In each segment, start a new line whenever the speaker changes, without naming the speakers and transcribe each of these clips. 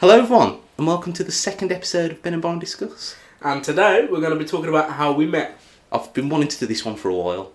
Hello, everyone, and welcome to the second episode of Ben and Brian Discuss.
And today we're going to be talking about how we met.
I've been wanting to do this one for a while.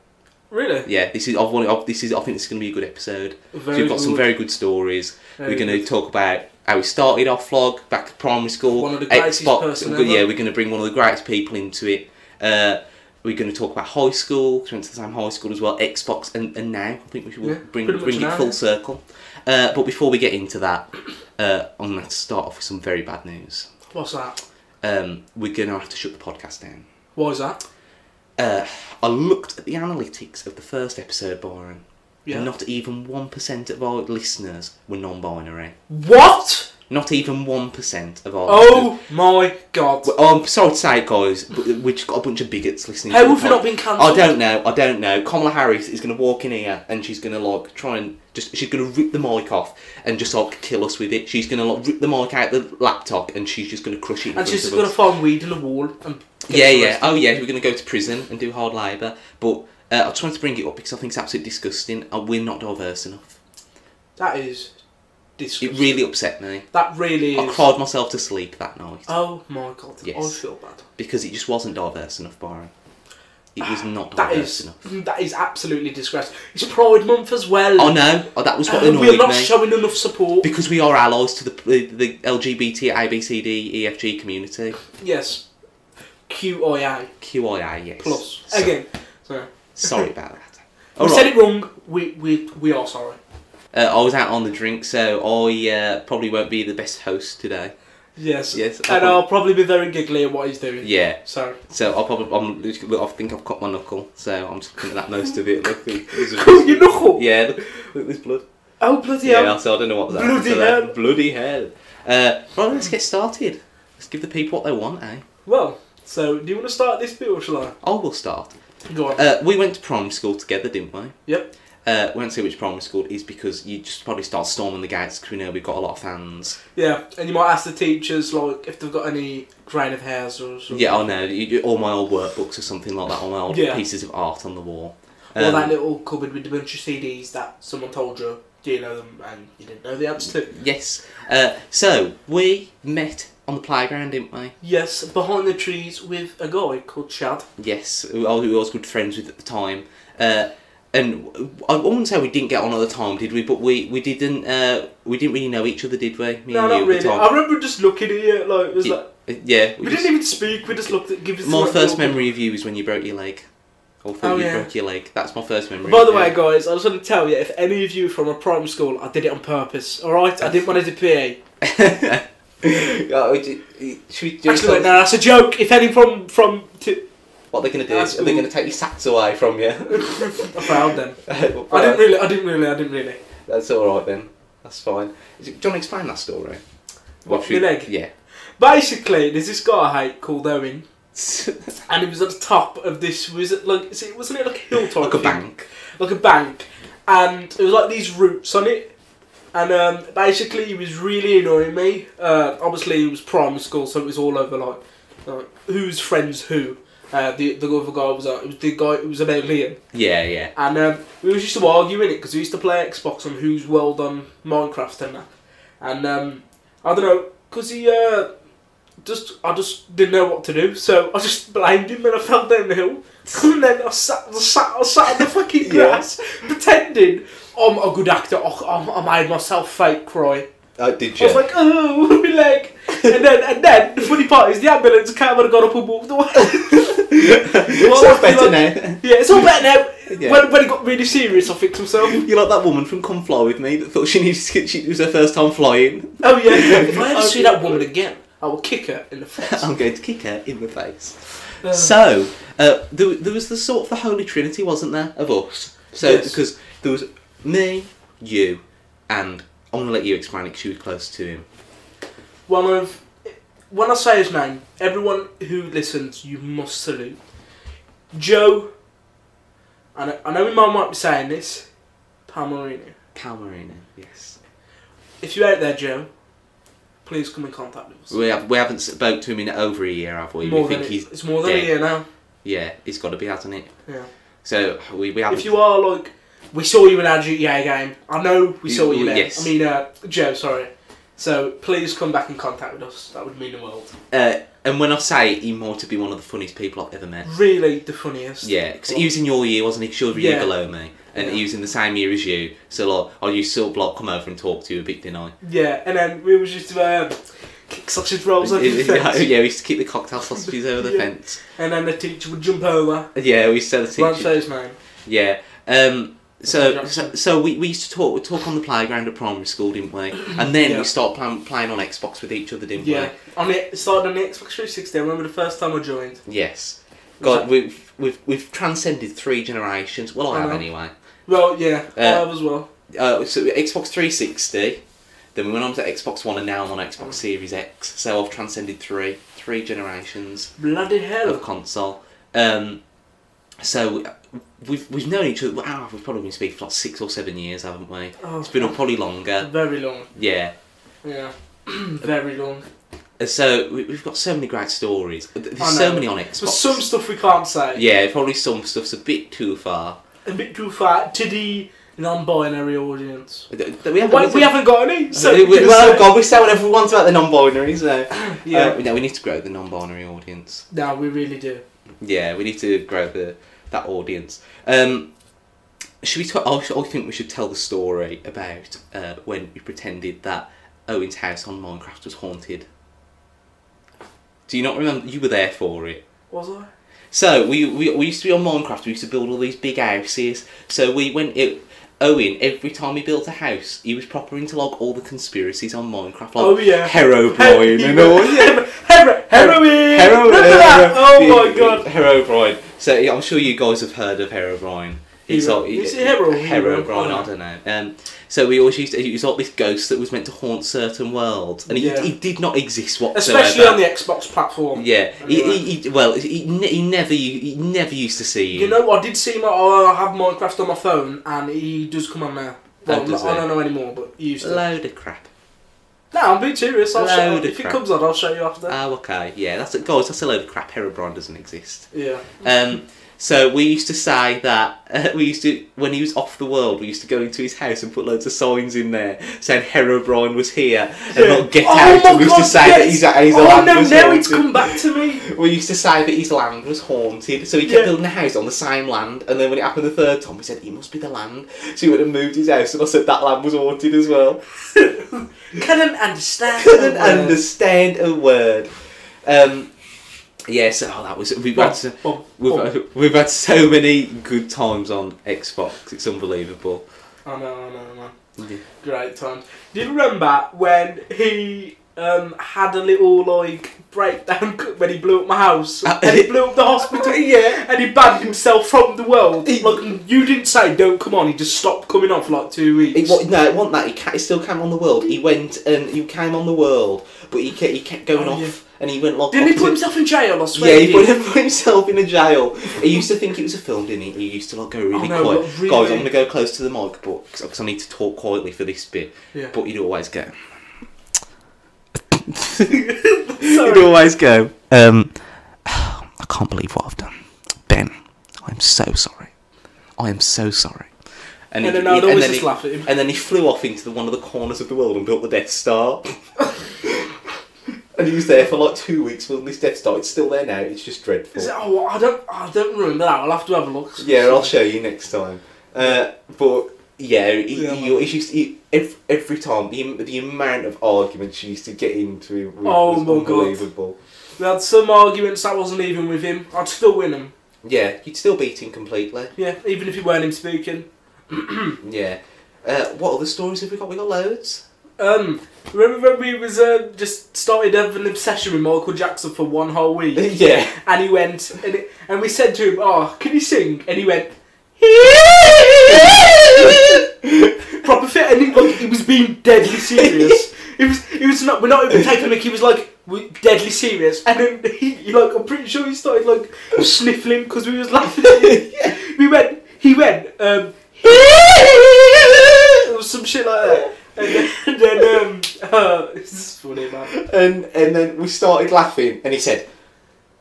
Really?
Yeah, this is I've wanted. I've, this is I think this is going to be a good episode.
Very
so we've got some
good.
very good stories.
Very
we're going to
good.
talk about how we started our vlog back at primary school.
One of the greatest
Xbox-
person
we're gonna- Yeah,
ever.
we're going to bring one of the greatest people into it. Uh, we're going to talk about high school. 'cause we went to the same high school as well. Xbox and, and now I think we should
Yeah,
bring
pretty much
bring it
now,
full
yeah.
circle. Uh, but before we get into that, uh, I'm going to start off with some very bad news.
What's that?
Um, we're going to have to shut the podcast down.
Why is that?
Uh, I looked at the analytics of the first episode, Byron.
Yeah.
and Not even 1% of our listeners were non binary.
What?
Not even 1% of our.
Oh my god.
Oh, I'm sorry to say it, guys, but we've got a bunch of bigots listening.
How
to the
have we
pod-
not been cancelled?
I don't know. I don't know. Kamala Harris is going to walk in here and she's going to like try and just she's going to rip the mic off and just like kill us with it. She's going to like rip the mic out the laptop and she's just going to crush it. in
And
front
she's
of
just going
us.
to find weed in a wall and. get
Yeah,
us
yeah.
arrested.
Oh, yeah. We're going to go to prison and do hard labour. But uh, I just wanted to bring it up because I think it's absolutely disgusting. And we're not diverse enough.
That is
It
disgusting.
really upset me.
that really
I
is.
cried myself to sleep that night
Oh my god.
Yes.
I feel bad.
because it just wasn't diverse enough, Byron. It was not
That
diverse
is
Oh,
mm,
enough.
that is absolutely disgraceful. It's Pride Month as well.
Oh no! Oh, that was what
And
annoyed
we're not
me.
showing enough support.
because we are allies to the the, the LGBT ABCDEFG E community.
yes. QIA
QIA, yes.
plus.
So-
Again. So,
Sorry about that.
we
All right.
said it wrong. We, we, we are sorry.
Uh, I was out on the drink, so I uh, probably won't be the best host today.
Yes.
Yes,
And
I-
I'll probably be very giggly at what he's doing.
Yeah.
So.
So I'll probably, I'm, look, I think I've cut my knuckle, so I'm just looking at that most of it. Look, there's a-
Cut your knuckle?
Yeah, look, look there's blood.
Oh bloody
Yeah.
hell!
so I don't know what that
Bloody
so that-
hell.
Bloody hell. Uh, well, let's get started. Let's give the people what they want, eh?
Well, so do you want to start this bit or shall I?
Oh, we'll start.
Go on.
Uh, we went to primary school together, didn't we?
yep.
Uh, we won't say which primary school it is because you just probably start storming the gates because we know we've got a lot of fans.
Yeah, and you might ask the teachers like if they've got any grain of hairs or something.
Yeah, I know. You, you- all my old workbooks or something like that, all my old
Yeah.
pieces of art on the wall.
Or
Um,
that little cupboard with a bunch of CDs that someone told you. Do you know them? And you didn't know the answer to.
Yes. Uh, so we met on the playground, didn't we?
Yes, behind the trees with a guy called Chad.
Yes, who I who I was good friends with at the time. Uh, and w- I wouldn't say we didn't get on at the time, did we? But we, we didn't uh, we didn't really know each other, did we? Me
no,
and you
not
at
really.
the
I
time.
remember just looking at you like it was
Yeah,
like
uh, yeah. we
we
just-
didn't even speak. We just looked at. Give us
my
like,
first
little-
memory of you is when you broke your leg. Or thought
Oh,
you
yeah.
broke your leg. That's my first memory.
By
of
the
you.
way, guys, I just want to tell you if any of you from a primary school, I did it on purpose. All right, I didn't want to do PA.
Oh, d- should we do
Actually, wait, no, that's a joke. If any from from t-
What are they going to do?
That's
Are they
cool.
going to take your sats away from you?
I found them. I didn't really, I didn't really, I didn't really.
That's all right then. That's fine. Is it, do you want to explain that story?
What,
should-
my leg?
Yeah.
Basically, there's this guy I hate called Owen, and he was at the top of this. Was it like? is it- Wasn't it like a hilltop?
like a bank.
Like a bank, and it was like these roots on it. And um, basically, he was really annoying me. Uh, obviously, it was primary school, so it was all over like, like who's friends who. Uh, the the other guy was uh, it was the guy it was about Liam.
Yeah, yeah.
And um, we was used to argue in it because we used to play Xbox on who's world on Minecraft and that. And um, I don't know, cause he uh, just I just didn't know what to do, so I just blamed him and I fell down the hill. And then I sat, I sat, I sat on the fucking
Yeah.
grass, pretending I'm a good actor. Oh, I'm- I made myself fake cry.
Oh, did
I was like, oh, my leg. And then, and then, the funny part is the ambulance came and got up and walked away.
it's all better now.
yeah, it's all better now.
Yeah.
When, when it got really serious, I fixed myself.
You're like that woman from Come Fly With Me that thought she needed to get, she, it was her first time flying.
Oh yeah. if I ever
Oh,
see
yeah.
that woman again, I will kick her in the face.
I'm going to kick her in the face.
Uh,
So uh, there, there was the sort of the Holy Trinity, wasn't there, of us? So
Yes.
because there was me, you, and I'm gonna let you explain it because you were close to him.
one of when I say his name, everyone who listens, you must salute. Joe. And I, I know my mum might be saying this. Palmerino.
Palmerino, yes.
If you're out there, Joe, please come in contact with us.
We have we haven't spoke to him in over a year, have we?
more
we
than
think
it-
he's
it's more than
dead.
a year now.
yeah, it's got to be, hasn't it?
Yeah.
So we we haven't.
If you are like, we saw you in our GTA game. I know we
You-
saw you there.
yes.
I mean, uh, Joe. Sorry. So please come back in contact with us. That would mean the world.
Uh, and when I say he might have been one of the funniest people I've ever met.
Really, the funniest.
Yeah, because he was in your year, wasn't he? 'Cause you were a year
Yeah.
below me, and he
Yeah.
was in the same year as you. So like, I used to block come over and talk to you a bit, didn't I?
Yeah, and then we was just um, kick sausage rolls over the
yeah,
fence,
we used to keep the cocktail sausages over the
Yeah.
fence.
and then the teacher would jump over.
Yeah, we used to sell the
Won't
teacher.
say his name.
Yeah. Um, so,
Michael
so,
Jackson.
so we, we used to talk talk on the playground at primary school, didn't we? And then
Yeah.
we started playing, playing on Xbox with each other, didn't
Yeah, on it started on the Xbox 360. I remember the first time I joined.
we? Yes.
Was
God, we've, we've we've transcended three generations. Well, I
I
have
know.
anyway.
Well, yeah, I
Uh,
have as well.
Uh, so Xbox 360. Then we went on to Xbox One, and now I'm on Xbox Series X. So I've transcended three three generations
Bloody
of
hell!
console. Um, so we've we've known each other. Wow, we've probably been speaking for like six or seven years, haven't we?
Oh,
It's been a- probably longer.
very long.
Yeah.
Yeah, very long.
And So we- we've got so many great stories.
I
There's so
know.
many on Xbox.
But some stuff we can't say.
yeah, probably some stuff's a bit too far.
A bit too far to the non-binary audience.
We haven't,
Wait, we haven't got any. So
we,
we can
well,
say-
God, we say whatever we want about the non-binaries. So.
Yeah.
Uh, no, we need to grow the non-binary audience.
no, we really do.
Yeah, we need to grow the that audience. Um, should we talk? I sh- I think we should tell the story about uh, when we pretended that Owen's house on Minecraft was haunted. Do you not remember? You were there for it.
Was I?
So we, we we used to be on Minecraft. We used to build all these big houses. So we went it. Owen, every time he built a house, he was proper into like all the conspiracies on Minecraft, like
Oh, yeah.
Herobrine and all.
Hero- hero- heroin.
Hero,
Remember that? Oh my god.
Herobrine. So yeah, I'm sure you guys have heard of Herobrine. He's
Hero-
like
is it Oh, Hero or Hero?
Herobrine, I don't know. Um, so we always used to, he was like this ghost that was meant to haunt certain worlds, and he,
Yeah.
he did not exist whatsoever.
Especially on the Xbox platform.
yeah, he,
Anyway.
he, he, well, he, ne- he never he never used to see him.
You know, I did see my. I have Minecraft on my phone, and he does come on now. Well,
Oh, does
I
he?
don't know anymore, but he used to.
load of crap.
no, I'm being serious. I'll show,
Load of
if it
crap.
comes on, I'll show you after.
Oh, okay, yeah, that's a, guys, that's a load of crap. Herobrine doesn't exist.
yeah.
Um, so we used to say that uh, we used to when he was off the world, we used to go into his house and put loads of signs in there saying Herobrine was here and
Yeah.
not get
Oh
out.
my
And we used to
God,
say that
yes.
he's at his
oh
land
no!
was
Now it's
haunted.
come back to me.
We used to say that his land was haunted, so he kept
Yeah.
building a house on the same land. And then when it happened the third time, we said he must be the land, so he went and moved his house. And I said that land was haunted as
Oh,
well.
Couldn't understand.
Couldn't
the word.
understand a word. Um, yes, oh, that was we've had to,
Bob,
We've,
Bob.
we've had so many good times on Xbox. It's unbelievable.
oh, I know, I know, I know.
Yeah.
Great times. Do you remember when he um, had a little like breakdown when he blew up my house
Uh,
and he blew up the hospital?
yeah.
And he banned himself from the world.
He-
Like you didn't say, "Don't come on." He just stopped coming on for like two weeks.
It, wa- no, it wasn't that. He, ca- he still came on the world. He went and he came on the world, but he kept, he kept going
Oh,
off
yeah.
and he went like.
Didn't he
off
put
to-
himself in jail? I swear.
Yeah,
he
he put,
did.
him- put himself in a jail. He used to think it was a film, didn't he? He used to like go Oh, really
no,
quiet.
but really-
Guys, I'm gonna go close to the mic, but because I need to talk quietly for this bit.
Yeah.
But he'd always go.
Sorry.
He'd always go. Um, I can't believe what I've done, Ben. I'm so sorry. I am so sorry.
And
he-
then I'd
he-
always
then
just
he-
laugh at him.
And then he flew off into the, one of the corners of the world and built the Death Star. and he was there for like two weeks building this Death Star. It's still there now. It's just dreadful.
Is it- oh, I don't, I don't remember that. I'll have to have a look.
Yeah, I'll show you next time. Uh, but yeah, he,
Yeah,
he, he used to, he, every, every time the, the amount of arguments she used to get into was
Oh my God.
unbelievable.
We had some arguments that wasn't even with him. I'd still win him.
Yeah, you'd still beat him completely.
Yeah, even if it weren't him speaking. Hmm.
Yeah. Uh, what other stories have we got? We got loads.
Um, remember when we was uh, just started having an obsession with Michael Jackson for one whole week,
yeah.
and he went and, it, and we said to him, "Oh, can you sing?" And he went, "Proper fit," and he, like, he was being deadly serious. It was, it was not. We're not even taking a mic. He was like we- deadly serious, and then he, he, like, I'm pretty sure he started like sniffling because we was laughing. At him. We went. He went. Um, or some shit like that. And then, um, uh, this is funny, man.
and and then we started laughing, and he said,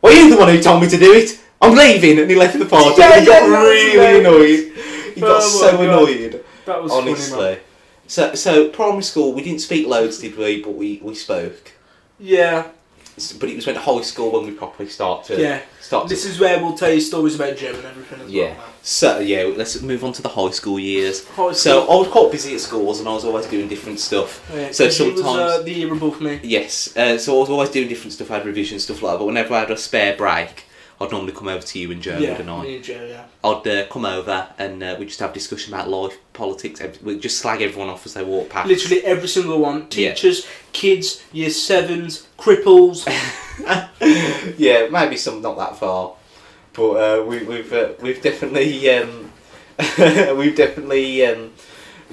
"Well, you're the one who told me to do it. I'm leaving." And he left the party.
Yeah,
and he
yeah,
got
that was
really
hilarious.
annoyed. He got
Oh my
so
God.
annoyed.
That was funny, man.
honestly. So, so primary school, we didn't speak loads, did we? But we, we spoke.
Yeah,
S- But it was when high school when we properly start to
yeah.
start to
This is where we'll tell you stories about Jim and everything as
yeah.
well.
So yeah, let's move on to the high school years.
High
So
school.
I was quite busy at schools, and I was always doing different stuff.
Yeah,
so
'cause you was, uh,
sometimes-
the year above me.
Yes, uh, so I was always doing different stuff. I had revision stuff like that. But whenever I had a spare break, I'd normally come over to you and Joe,
yeah,
and I.
me and Joe, yeah.
I'd uh, come over and uh, we'd just have discussion about life, politics. ev- We'd just slag everyone off as they walk past.
Literally every single one.
Ah. Yeah.
Teachers, kids, year sevens, cripples.
yeah, maybe some not that far, but uh, we, we've uh, we've definitely um, we've definitely um,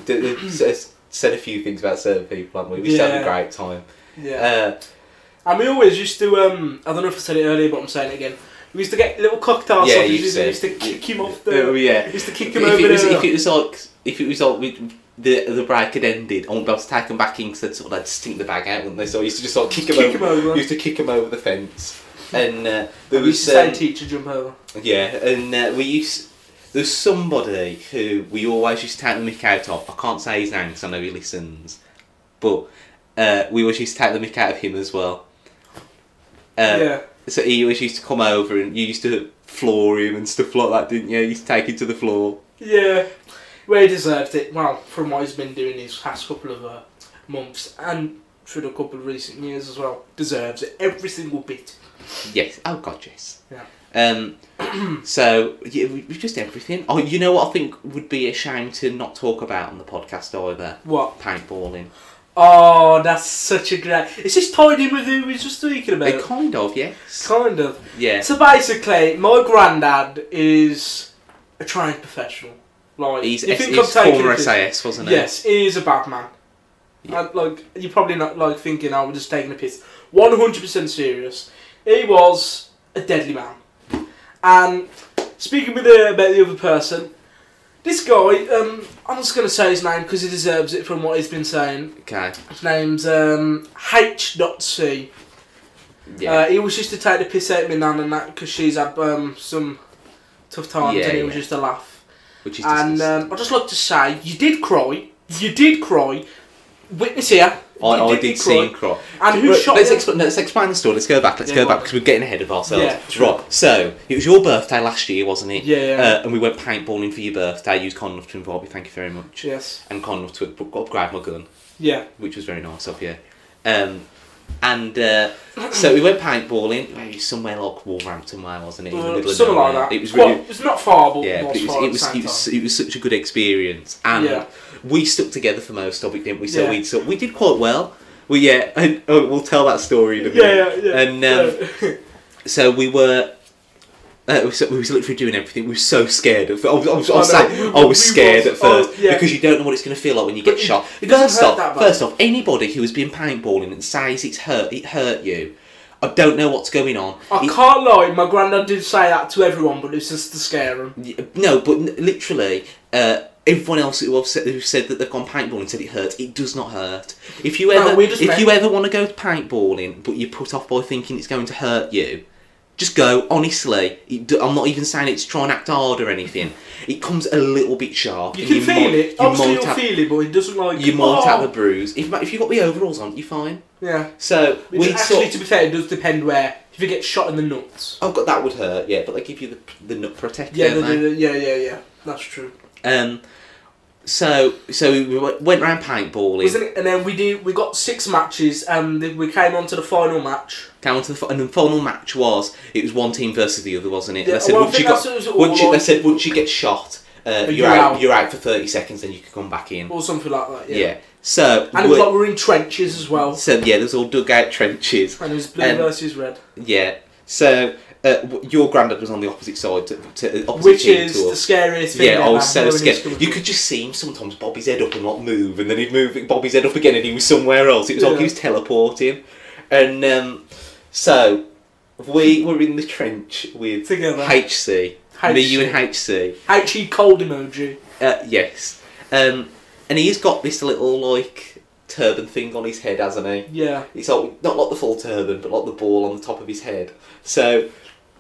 d- d- s- said a few things about certain people, haven't we? We still had a
Yeah.
great time.
yeah.
Uh,
and we always used to, um, I don't know if I said it earlier, but I'm saying it again. We used to get little cocktail
Yeah, you
sausages and we used
said.
to kick him off
oh,
the.
yeah.
We used to kick
If
him over
it, was,
the.
if it was like if it was like we, the the break had ended, I wouldn't be able to take them back in because they'd sort of like stink the bag out, wouldn't they? So I used to just sort of kick them
kick
over.
him over.
Used to kick them over the fence, and uh, there
We used
was
to say
um,
teacher jump over.
Yeah, and uh, we used. There's somebody who we always used to take the mick out of. I can't say his name because I know he listens. But uh, we always used to take the mick out of him as well. Uh,
yeah.
So he always used to come over and you used to floor him and stuff like that, didn't you? You used to take him to the floor.
Yeah. Well, he deserved it. Well, from what he's been doing these past couple of uh, months and through the couple of recent years as well, deserves it. Every single bit.
Yes. Oh, God, yes.
Yeah.
Um, so, yeah, we, we just everything. Oh, you know what I think would be a shame to not talk about on the podcast either?
What?
Paintballing.
Oh, that's such a great. It's just tied in with who we were just talking about.
Uh, kind of, yes.
kind of.
Yeah.
So basically, my granddad is a trained professional. Like,
He's,
you
he's,
think I'm taking
former
a piss-
SAS, wasn't he?
Yes, he is a bad man.
Yeah.
And, like you're probably not like thinking "Oh, I'm just taking a piss. One hundred percent serious. He was a deadly man. And speaking with the, about the other person, this guy, um, I'm just gonna say his name because he deserves it from what he's been saying.
Okay.
His name's um, H. Dot C.
Yeah.
Uh, he was just to take the piss out of my nan and that because she's had um, some tough times
Yeah,
and it was
yeah.
just a laugh.
Which is
And
disgusting.
um, I'd just like to say, you did cry. You did cry. Witness here.
I,
you
I did see him cry.
And who
Right,
shot
let's,
you?
exp- let's expand the story. Let's go back. Let's
Yeah,
go
go
back
on.
because we're getting ahead of ourselves.
Yeah, sure.
Right. So it was your birthday last year, wasn't it?
Yeah, yeah.
Uh, and we went paintballing for your birthday. You was kind enough to involve me. Thank you very much.
Yes.
And kind enough to up- upgrade my gun,
Yeah.
which was very nice of you. Um, and uh, so we went paintballing maybe somewhere like Wolverhampton, way, wasn't it? In the
Uh,
middle of
something like
nowhere.
that.
It was
Quite-
really,
It's not far, but
Yeah,
yeah,
but it was,
far
it, was,
at the
it,
same
was,
time.
it was such a good experience, and
Yeah.
we stuck together for most of it, didn't we? So
Yeah.
we so we did quite well. We yeah, and, oh, we'll tell that story in a minute.
Yeah, yeah, yeah.
And um, so we were. Uh, we, was, we was literally doing everything. We were so scared. At, fir- I was, I was, I was,
I know.
saying-
We-
I was
we
scared
was.
at first
Oh, yeah.
because you don't know what it's going to feel like when you
But
get
it-
shot.
it doesn't
first
hurt
off,
that bad.
first off, anybody who has been paintballing and says it's hurt, it hurt you. I don't know what's going on.
I
It-
can't lie, my granddad did say that to everyone, but it was just to scare him.
Y- No, but n- literally, uh, everyone else who have said, who said that they've gone paintballing said it hurts. It does not hurt. If you
No,
ever
we just
if
met-
you ever want to go paintballing, but you're put off by thinking it's going to hurt you, just go. Honestly, it do, I'm not even saying it's try and act hard or anything. It comes a little bit sharp.
You
and
can feel
might-
it.
You
Obviously,
might
you'll
have,
feel it, but it doesn't like.
you might
oh.
have a bruise. If ma- if you got the overalls on, you're fine.
Yeah.
So
Which
we
actually,
sort.
to be fair, it does depend where. If you get shot in the nuts.
Oh god, that would hurt. Yeah, but they give you the the nut protector.
Yeah,
don't
they
they?
do- yeah, yeah, yeah. That's true.
Um, so so we w- went round paintballing.
Wasn't it? And then we do. We got six matches, and then we came on to the final match.
Came on to the fi- and the final match was it was one team versus the other, wasn't it?
Yeah,
they said
well, I
once you
think
got
that's what it was all
once you, they
like.
said once you get shot, uh,
But
you're
you're
out,
out.
you're out for thirty seconds, then you can come back in.
or something like that.
Yeah.
Yeah.
So
And it
we-
was like we're in trenches as well,
so yeah, there's all dugout trenches.
and it was blue
And-
versus red,
Yeah. So uh, w- your granddad was on the opposite side to, to opposite
which
team
is
to
the
us.
scariest thing.
Yeah, I
ever,
was so
knowing it's
scared.
coming
You
from-
could just see him sometimes bob his head up and not move, and then he'd move Bobby's head up again, and he was somewhere else. It was like he
Yeah.
was teleporting. And um, so we were in the trench with
Together.
HC, me, you,
HC.
and HC.
Actually, cold emoji.
Uh, yes, um, and he's got this little like turban thing on his head, hasn't he?
Yeah.
It's like not like the full turban, but like the ball on the top of his head. e-, So,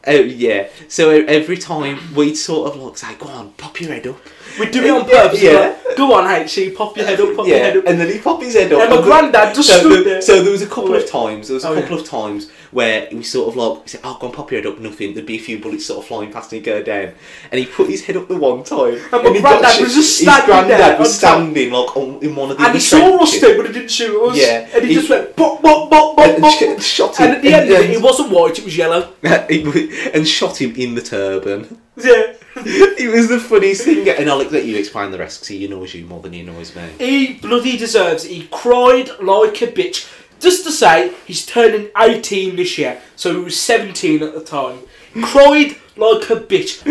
oh yeah. So every time we'd sort of like say, "Go on, pop your head up,"
We do it on purpose.
Yeah.
like, Go on, HC, pop your head up, pop your head
yeah,
up.
and then he popped his head up.
And my
and the-
granddad just
so,
stood
the-
there.
so there was a couple of
Like-
times. There was a
Oh, yeah.
couple of times where we sort of like we said, "Oh, go and pop your head up." Nothing. There'd be a few bullets sort of flying past and he'd go down. And he put his head up the one time.
my
he
granddad
shit-
was just
His
standing
granddad
there
was
on top.
standing like on, in one of the.
and he saw us do, but he didn't shoot us.
Yeah,
And he,
he-
just went bop, bop, bop, bop,
And,
bop.
sh- shot him.
And at the end of it, it wasn't white, it was yellow.
wasn't. and shot him in the turban.
Yeah.
it was the funniest thing. And I'll let you explain the rest because he annoys you more than he annoys me.
He bloody deserves it. He cried like a bitch. Just to say, he's turning 18 this year, so he was 17 at the time. Cried like a bitch.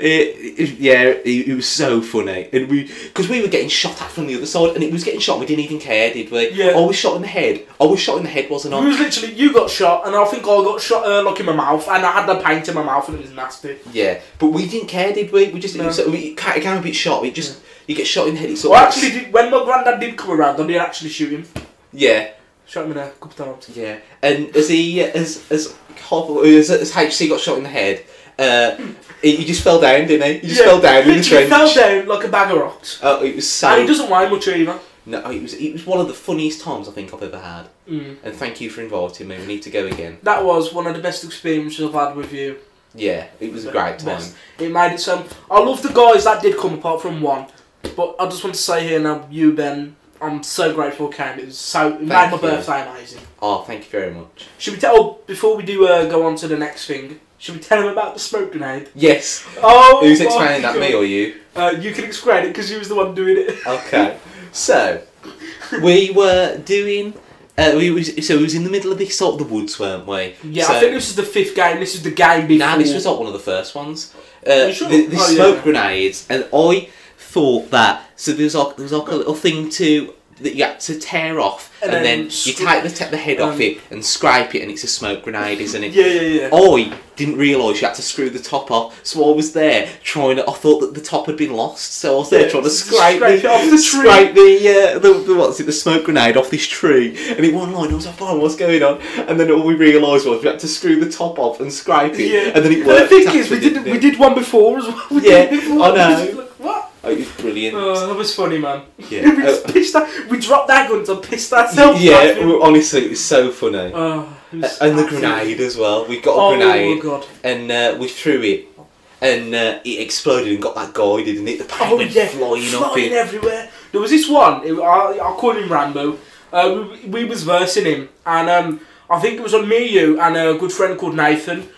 It, it- yeah, it, it was so funny, and we because we were getting shot at from the other side, and it was getting shot. We didn't even care, did we?
Yeah.
I was shot in the head. I was shot in the head, wasn't
It
I?
was literally, you got shot, and I think I got shot uh, like in my mouth, and I had the paint in my mouth, and it was nasty.
Yeah, but we didn't care, did we? We just
No.
so we you can't, you can't be shot. We just you get shot in the head. It's sort
Well,
of-
actually, did, when my granddad did come around, I did actually shoot him.
yeah,
Shot him in a couple times.
yeah. And as he as as Hob- as, as HC got shot in the head, uh, he, he just fell down, didn't he? He just
Yeah,
fell down in the
literally
trench.
fell down like a bag of rocks.
Oh, it was so.
And he doesn't weigh much either.
no, it was it was one of the funniest times I think I've ever had.
Mm.
And thank you for inviting me. We need to go again.
That was one of the best experiences I've had with you.
Yeah, it was a great time.
Best. It made it some. I love the guys that did come apart from one, but I just want to say here now, you Ben, I'm so grateful you came. It was so it made my
Thank you.
birthday amazing.
Oh, thank you very much.
Should we tell? Oh, before we do uh, go on to the next thing, should we tell him about the smoke grenade?
Yes.
Oh,
Who's
my
explaining that,
God.
me or you?
Uh, you can explain it because you was the one doing it.
Okay. So, we were doing. Uh, we was, so we was in the middle of this sort of the woods, weren't we?
Yeah,
So-
I think this is the fifth game. This is the game before.
Nah, this was like one of the first ones.
Are
Uh,
you sure?
the, the
Oh, yeah.
smoke grenades, and I thought that so there was like there was like a little thing to that you had to tear off, and,
And
then,
then
you
scr-
take the, te- the head off
um,
it and scrape it, and it's a smoke grenade, isn't it?
Yeah, yeah, yeah.
I didn't realise you had to screw the top off, so I was there trying to. I thought that the top had been lost, so I was there
Yeah,
trying to
just
scrape,
scrape
the,
it off the tree.
scrape the, uh, the, the what's it, the smoke grenade off this tree, and it went line. I was like, "Fine, what's going on?" And then all we realised was we had to screw the top off and scrape it,
Yeah.
and then it
But
worked.
the thing is,
after,
we did
didn't
we
it?
did one before as well. We did
Yeah,
it before.
I know.
Like, what?
Oh, it was brilliant.
Oh, that was funny, man.
Yeah. Oh,
we just pissed our, we dropped our guns and pissed ourselves.
yeah,
laughing.
well, honestly, it was so funny.
Oh, it was
and the
absolutely-
grenade as well. We got a
Oh
grenade,
my god.
and uh, we threw it, and uh, it exploded and got that guy, didn't it? The paint
Oh
went
yeah,
flying,
flying,
off it.
everywhere. There was this one. It, I I call him Rambo. Uh, we, we was versing him, and um, I think it was on me, you, and a good friend called Nathan.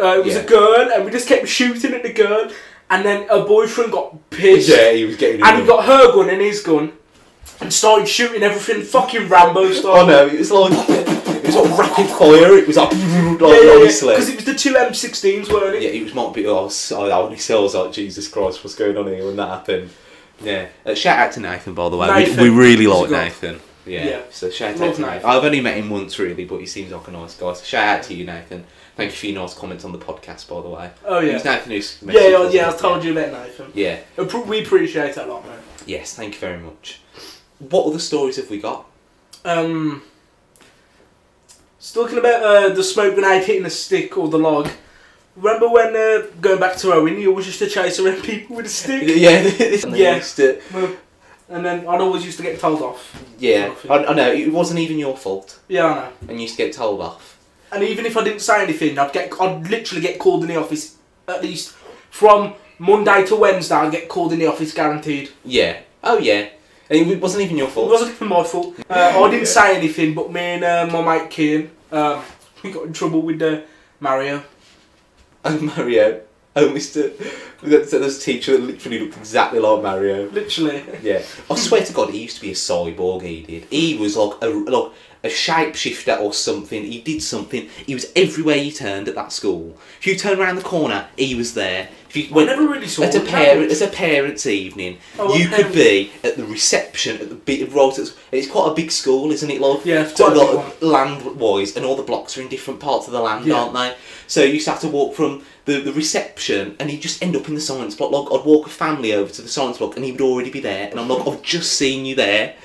Uh, it was
Yeah.
a girl, and we just kept shooting at the girl, and then her boyfriend got pissed.
Yeah, he was getting.
and he
annoyed.
got her gun and his gun and started shooting everything fucking Rambo
Oh
style.
no, it was like it was like rapid fire. It was like, like honestly.
Because it was the two M16s, weren't it?
Yeah, it was might be. I was, I, I honestly, I was like, Jesus Christ, what's going on here when that happened? Yeah. Uh, shout out to Nathan, by the way.
Nathan.
We, we really
He's a
like
god.
Nathan. Yeah.
Yeah.
So shout out
Love
to Nathan.
Nathan.
I've only met him once really, but he seems like a nice guy. So shout out to you, Nathan. Thank you for your nice comments on the podcast, by the way.
Oh
It
yeah.
was Nathan who's
Yeah, yeah, yeah, I told you about Nathan.
Yeah.
Appro- We appreciate that a lot, man.
Yes. Thank you very much. What other stories have we got?
Um, still talking about uh, the smoke grenade hitting the stick or the log. Remember when uh, going back to Owen, you always used to chase around people with a stick,
Yeah. this-
Yeah.
next, uh,
and then I'd always used to get told off.
Yeah. I, I know it wasn't even your fault,
Yeah, I know.
and you used to get told off.
And even if I didn't say anything, I'd get I'd literally get called in the office at least from Monday to Wednesday. I'd get called in the office guaranteed.
Yeah. Oh yeah. And it wasn't even your
It
fault.
wasn't even my fault. Uh, I didn't say anything, but me and uh, my mate Kieran, um, we got in trouble with uh, Mario.
Oh Mario. Oh Mr. That's, that's a teacher that literally looked exactly like Mario.
Literally.
Yeah. I swear to God, he used to be a cyborg. He did. He was like a like a shapeshifter or something. He did something. He was everywhere he turned at that school. If you turn around the corner, he was there. If you
I
went
never really saw
at a
him.
parent as a parents' evening,
Oh,
you
okay.
could be at the reception at the bit of right. at- It's quite a big school, isn't it, Lord?
Yeah, it's quite a big
land wise, and all the blocks are in different parts of the land,
Yeah.
aren't they? So you used to have to walk from the, the reception and he'd just end up in the science block. Like, I'd walk a family over to the science block and he would already be there. And I'm like, I've just seen you there.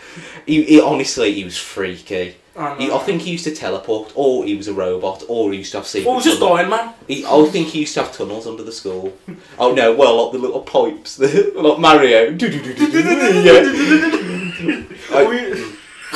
He, he- honestly, he was freaky.
I
He,
know.
I think he used to teleport, or he was a robot, or he used to have secret
Well, it was just
tunnels.
Iron Man.
He, I think he used to have tunnels under the school. Oh no, well, like the little pipes, the, like Mario. Yeah.
We-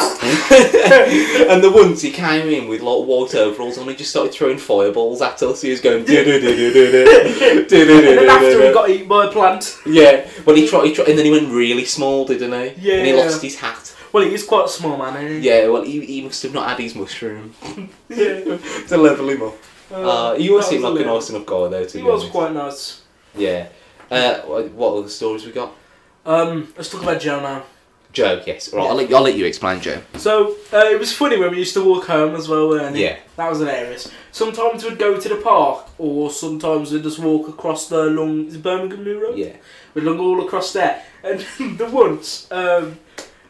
and the ones he came in with like white overalls on, he just started throwing fireballs at us. He was going.
and then after he
After
got eaten by a plant.
yeah, well he tried, he tried, and then he went really small, didn't he? and he
Yeah.
lost his hat.
Well, he is quite small, man, eh? isn't he?
Yeah, well he, he must have not had his mushroom
Yeah.
to level him up. Uh, he always
that
seemed
was
like a
hilarious.
nice enough guy though. To
He
be
was
honest.
quite nice.
Yeah. Uh, wh- what other stories we got?
Um, let's talk about Joe now.
Joe, yes. Right,
Yeah.
I'll, let, I'll let you explain, Joe.
So uh, it was funny when we used to walk home as well, weren't it?
Yeah.
That was hilarious. Sometimes we'd go to the park, or sometimes we'd just walk across the long is it Birmingham New Road.
Yeah.
We'd look all across there, and the once um,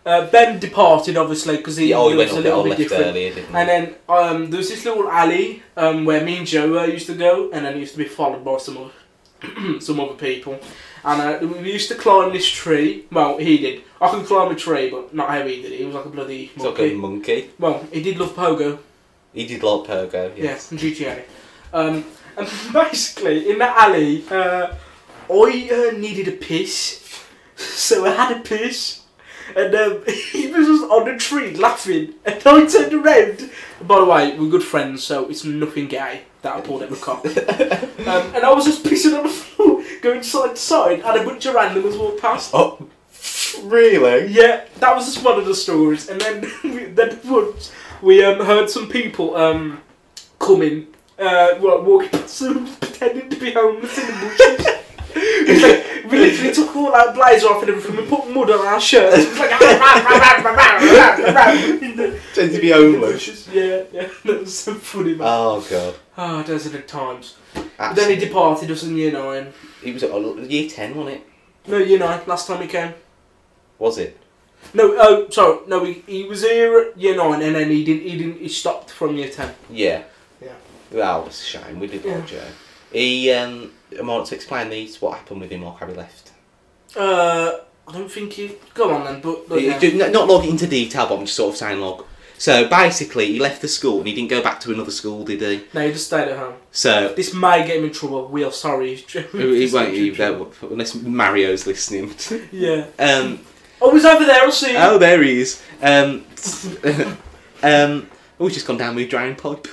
uh, Ben departed obviously because he
yeah oh, he
lives
went
a
up a
little bit
left
different.
earlier, didn't he?
And then um, there was this little alley um, where me and Joe uh, used to go, and then it used to be followed by some other, some other people. And uh, we used to climb this tree. Well, he did. I can climb a tree, but not how he did it. He was like a bloody
It's like
monkey.
a monkey.
Well, he did love pogo.
He did like Pergo,
Yeah,
yes.
from GTA. Um, and basically, in that alley, uh, I uh, needed a piss, so I had a piss, and um, he was just on a tree laughing, and I turned around. By the way, we're good friends, so it's nothing gay that I pulled out the cock. Um, and I was just pissing on the floor, going side to side, and a bunch of randomers walked past.
Oh, really?
Yeah, that was just one of the stories, and then we, then once we um, heard some people um, coming, uh, well, walking past them, pretending to be homeless in the bushes. It was like, we literally took all our blazer off and everything. We put mud on our shirts. It was like
Tend to be
In the
homeless.
bushes. Yeah, yeah, that was so funny, man.
Oh, God.
Ah, those are the times. But
Absolutely.
Then he departed us in year nine.
He was at year 10, wasn't it?
No, year nine. Last time he came.
Was it?
No, oh, sorry. No, he, he was here at year nine, and then he didn't. He didn't. He stopped from year ten.
Yeah.
Yeah.
That was a shame. We did like Joe. He, um, am I right to explain these? What happened with him, like how he left?
Uh, I don't think you. Go on then, but. but
It-
yeah.
it did- not- not log into detail, but I'm just sort of saying log. So basically, he left the school and he didn't go back to another school, did he?
No, you just stayed at home.
So
This may get him in trouble. We are sorry.
He won't leave there unless Mario's listening.
Yeah.
Um,
Oh, he's over there, I'll see.
oh, there he is. Um, um, oh, he's just gone down with a drain pipe.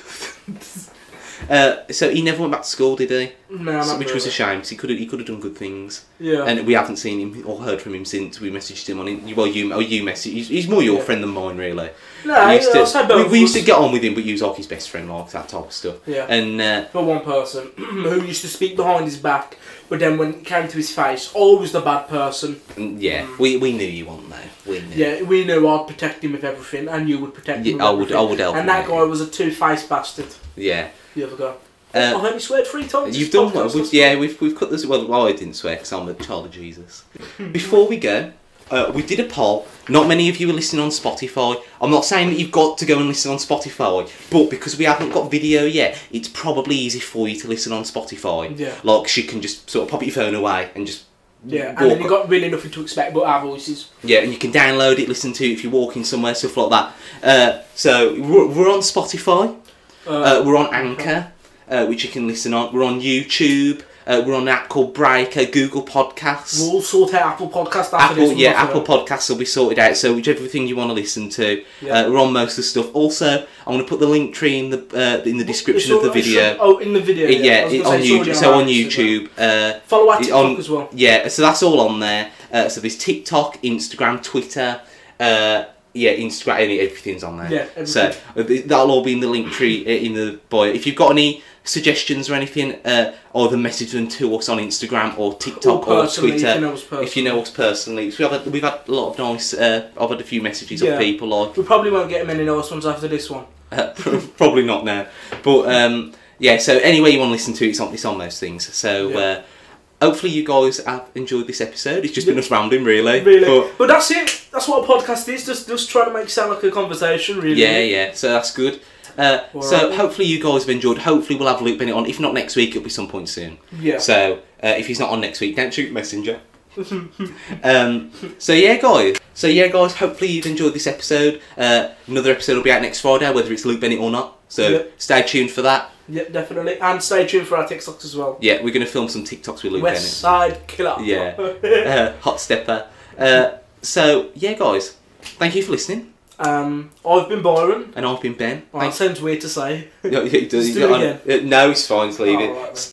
uh, so he never went back to school, did he?
No, not
So- which was a
really.
shame because he could have he could have done good things,
Yeah.
and we haven't seen him or heard from him since we messaged him on. In, well, you oh you message. He's, he's more your
Yeah.
friend than mine, really.
no,
we used,
I'll say
to, we,
both.
we used to
of
get on with him, but he was like his best friend, like that type of stuff.
us. Yeah.
And uh,
For one person who used to speak behind his back, but then when it came to his face, always the bad person.
yeah,
Mm.
we, we knew you weren't though. We knew.
Yeah, we knew I'd protect him with everything, and you would protect
Yeah,
him. with
I would I
everything.
would help. him,
And that
yeah.
guy was a two-faced bastard.
Yeah.
The other guy. Oh,
Uh,
I only sweared three times.
You've
this
done
podcast
well.
was-
We've, yeah, we've, we've cut this. Well, well, I didn't swear because I'm a child of Jesus. Before we go, uh, we did a poll. Not many of you are listening on Spotify. I'm not saying that you've got to go and listen on Spotify, but because we haven't got video yet, it's probably easy for you to listen on Spotify.
Yeah.
Like, she can just sort of pop your phone away and just.
Yeah, and
walk
then you got really nothing to expect but our voices.
Yeah, and you can download it, listen to it if you're walking somewhere, stuff like that. Uh, so we're, we're on Spotify. Uh, we're on Anchor, uh, which you can listen on. We're on YouTube. Uh, we're on an app called Breaker, Google Podcasts.
We'll sort out Apple Podcast after
Apple,
this. uh,
yeah, Apple Podcasts will be sorted out. So whichever thing you want to listen to,
Yeah.
uh, we're on most of the stuff. Also, I'm going to put the link tree in the uh, in the description of the video.
Oh, in the video.
Yeah,
I was
it-
gonna
on
say, it's
YouTube.
already
So on
our
YouTube.
Instagram.
Uh,
Follow our
It's
TikTok
on-
as well.
yeah, so that's all on there. Uh, so there's TikTok, Instagram, Twitter. Uh, yeah, Instagram, any- everything's on there.
Yeah, everything.
So uh, th- that'll all be in the link tree uh, in the bio. If you've got any suggestions or anything, uh, either message them to us on Instagram or
Or
TikTok or,
personally, if you
Twitter.
know us personally.
If you know us personally, so we've had, we've had a lot of nice. Uh, I've had a few messages
Yeah.
of people like
We probably won't get many nice ones after this one.
uh, probably not now, but um, yeah. So anyway, you want to listen to it, it's on it's on those things. So
Yeah.
uh, hopefully you guys have enjoyed this episode. It's just been us rambling, really.
Really.
But,
But, that's it. That's what a podcast is. Just just trying to make it sound like a conversation, really.
yeah, yeah. So that's good. Uh, so
Alright.
hopefully you guys have enjoyed. Hopefully we'll have Luke Bennett on. If not next week, it'll be some point soon.
Yeah.
So uh, if he's not on next week, don't shoot messenger. um, so yeah, guys. So yeah, guys. Hopefully you've enjoyed this episode. Uh, another episode will be out next Friday, whether it's Luke Bennett or not. So
Yeah.
stay tuned for that.
Yep, definitely. And stay tuned for our TikToks as well.
Yeah, we're gonna film some TikToks with Luke
West Side Killer.
Yeah. Bennett. Uh, hot stepper. Uh, so yeah, guys. Thank you for listening,
um, I've been Byron.
and I've been Ben.
Well, that
Thanks.
sounds weird to say.
No, you- you-
Just do
you-
it
uh, No, it's fine. Just leave
Oh,
it.
right, right.